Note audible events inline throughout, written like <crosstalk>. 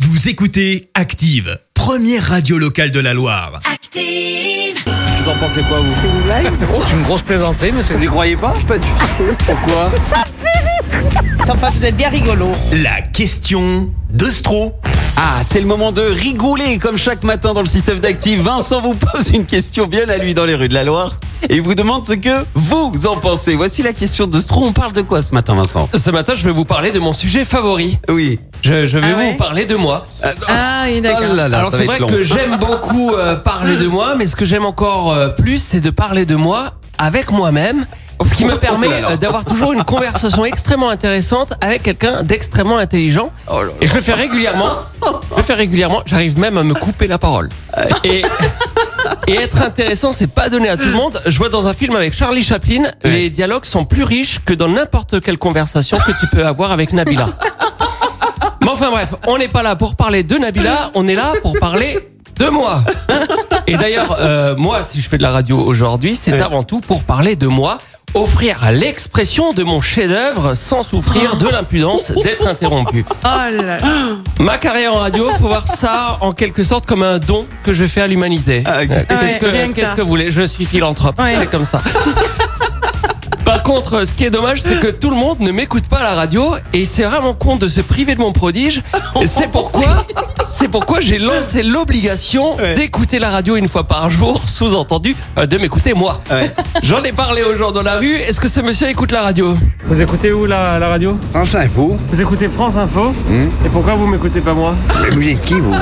Vous écoutez Active, première radio locale de la Loire. Active. Vous en pensez quoi, vous C'est une blague C'est une grosse plaisanterie, monsieur. Vous y croyez pas Pas du tout. Pourquoi Enfin, vous êtes bien rigolo. La question de Stro. Ah, c'est le moment de rigoler comme chaque matin dans le système d'actifs. Vincent vous pose une question bien à lui dans les rues de la Loire et vous demande ce que vous en pensez. Voici la question de Stro. On parle de quoi ce matin, Vincent Ce matin, je vais vous parler de mon sujet favori. Oui. Je, je vais Ah ouais vous parler de moi. Ah, oui, d'accord. Oh là là, Alors ça c'est va être vrai long. que j'aime beaucoup euh, parler de moi, mais ce que j'aime encore euh, plus, c'est de parler de moi avec moi-même, ce qui Oh me là permet là. euh, d'avoir toujours une conversation extrêmement intéressante avec quelqu'un d'extrêmement intelligent. Oh là là. Et je le fais régulièrement. Je le fais régulièrement. J'arrive même à me couper la parole. Et, et être intéressant, c'est pas donné à tout le monde. Je vois dans un film avec Charlie Chaplin, les dialogues sont plus riches que dans n'importe quelle conversation que tu peux avoir avec Nabila. Mais enfin bref, on n'est pas là pour parler de Nabila, on est là pour parler de moi. Et d'ailleurs, euh, moi, si je fais de la radio aujourd'hui, c'est avant tout pour parler de moi, offrir l'expression de mon chef-d'œuvre sans souffrir de l'impudence d'être interrompu. Oh là là. Ma carrière en radio, faut voir ça en quelque sorte comme un don que je fais à l'humanité. Ah, ok. Qu'est-ce Ouais, que, rien que qu'est-ce ça. que vous voulez Je suis philanthrope. Ouais. C'est <laughs> comme ça. Par contre, ce qui est dommage, c'est que tout le monde ne m'écoute pas à la radio et c'est vraiment con de se priver de mon prodige. Et C'est pourquoi, c'est pourquoi j'ai lancé l'obligation Ouais. d'écouter la radio une fois par jour, sous-entendu euh, de m'écouter moi. Ouais. <laughs> J'en ai parlé aux gens dans la rue. Est-ce que ce monsieur écoute la radio Vous écoutez où la, la radio France Info, Vous écoutez France Info Et pourquoi vous m'écoutez pas moi mais vous êtes qui vous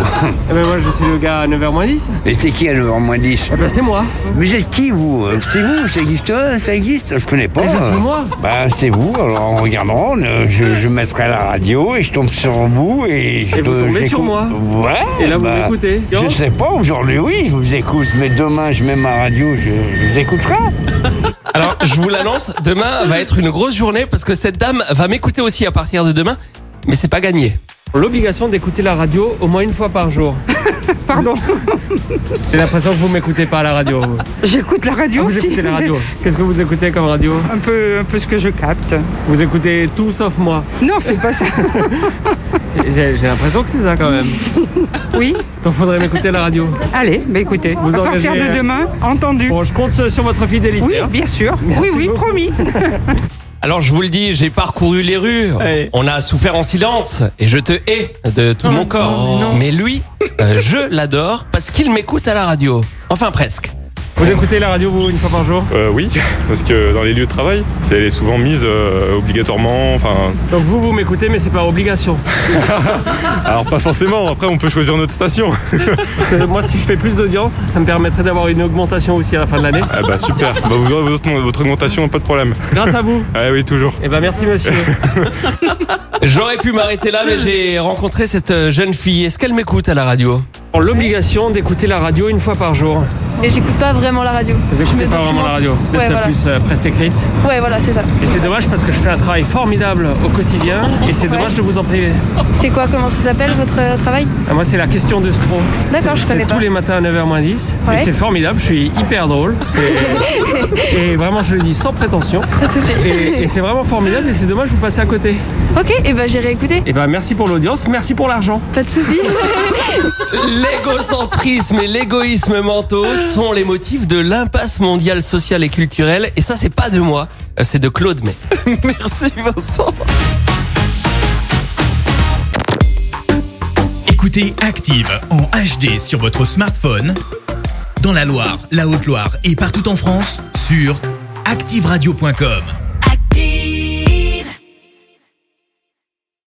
Eh ben moi, je suis le gars à 9h10. Mais c'est qui à 9h moins 10 Eh ben c'est moi. Vous êtes qui vous C'est vous, ça existe euh, Ça existe Je connais pas. Et je Ah. euh. suis moi. Bah c'est vous, alors en regardant, euh, je, je mettrai à la radio et je tombe sur vous et je Et vous euh, tombez sur j'écoute. moi. Ouais. Et là, vous bah, m'écoutez. Je sais pas, aujourd'hui oui, je vous écoute, mais demain je mets ma radio, je, je vous écouterai. Alors, je vous l'annonce, demain va être une grosse journée parce que cette dame va m'écouter aussi à partir de demain, mais c'est pas gagné. L'obligation d'écouter la radio au moins une fois par jour. Pardon. J'ai l'impression que vous m'écoutez pas à la radio. vous. J'écoute la Ah, radio vous aussi. écoutez la radio. Qu'est-ce que vous écoutez comme radio <laughs> Un peu, un peu ce que je capte. Vous écoutez tout sauf moi. Non, c'est pas ça. C'est- J'ai j'ai l'impression que c'est ça quand même. Oui. Donc faudrait m'écouter à la radio. Allez, bah écoutez, Vous à partir engagez, de euh, demain, entendu. Bon, je compte sur votre fidélité. Oui, hein. bien sûr. oui, oui, beaucoup. promis. Alors, je vous le dis, j'ai parcouru les rues, Ouais. on a souffert en silence et je te hais de tout mon corps. Mais lui, euh, je l'adore parce qu'il m'écoute à la radio. Enfin, presque. Vous écoutez la radio, vous, une fois par jour Euh, oui, <laughs> parce que dans les lieux de travail, c'est- elle est souvent mise euh, obligatoirement. Enfin, Donc vous, vous m'écoutez, mais c'est par obligation. alors pas forcément. Après, on peut choisir notre station. Parce que moi, si je fais plus d'audience, ça me permettrait d'avoir une augmentation aussi à la fin de l'année. Ah bah super. <laughs> Bah, vous aurez votre, votre augmentation, pas de problème. Grâce à vous. Ah oui, toujours. Eh ben merci, monsieur. <laughs> J'aurais pu m'arrêter là, mais j'ai rencontré cette euh, jeune fille. Est-ce qu'elle m'écoute à la radio Pour l'obligation d'écouter la radio une fois par jour. Et j'écoute pas vraiment la radio. Vous Je écoutez me pas vraiment la radio. Vous êtes Ouais, voilà. plus euh, presse écrite. Ouais, voilà, c'est ça. Et c'est dommage parce que je fais un travail formidable au quotidien et c'est dommage de vous en priver. C'est quoi Comment ça s'appelle votre euh, travail Ah, Moi, c'est la question de Stro. D'accord, je connais C'est pas. tous les matins à 9h10. Ouais. Et c'est formidable, je suis hyper drôle. Et, et vraiment, je le dis sans prétention. Pas <laughs> de souci. Et, et c'est vraiment formidable et c'est dommage, vous passez à côté. ok, et bah j'ai réécouté. Et ben merci pour l'audience, merci pour l'argent. Pas de souci. L'égocentrisme et l'égoïsme mentaux sont les motifs de l'impasse mondiale sociale et culturelle. Et ça, c'est pas de moi, euh, c'est de Claude May. Merci, Vincent. Écoutez Active en HD sur votre smartphone, dans la Loire, la Haute-Loire et partout en France, sur activeradio.com.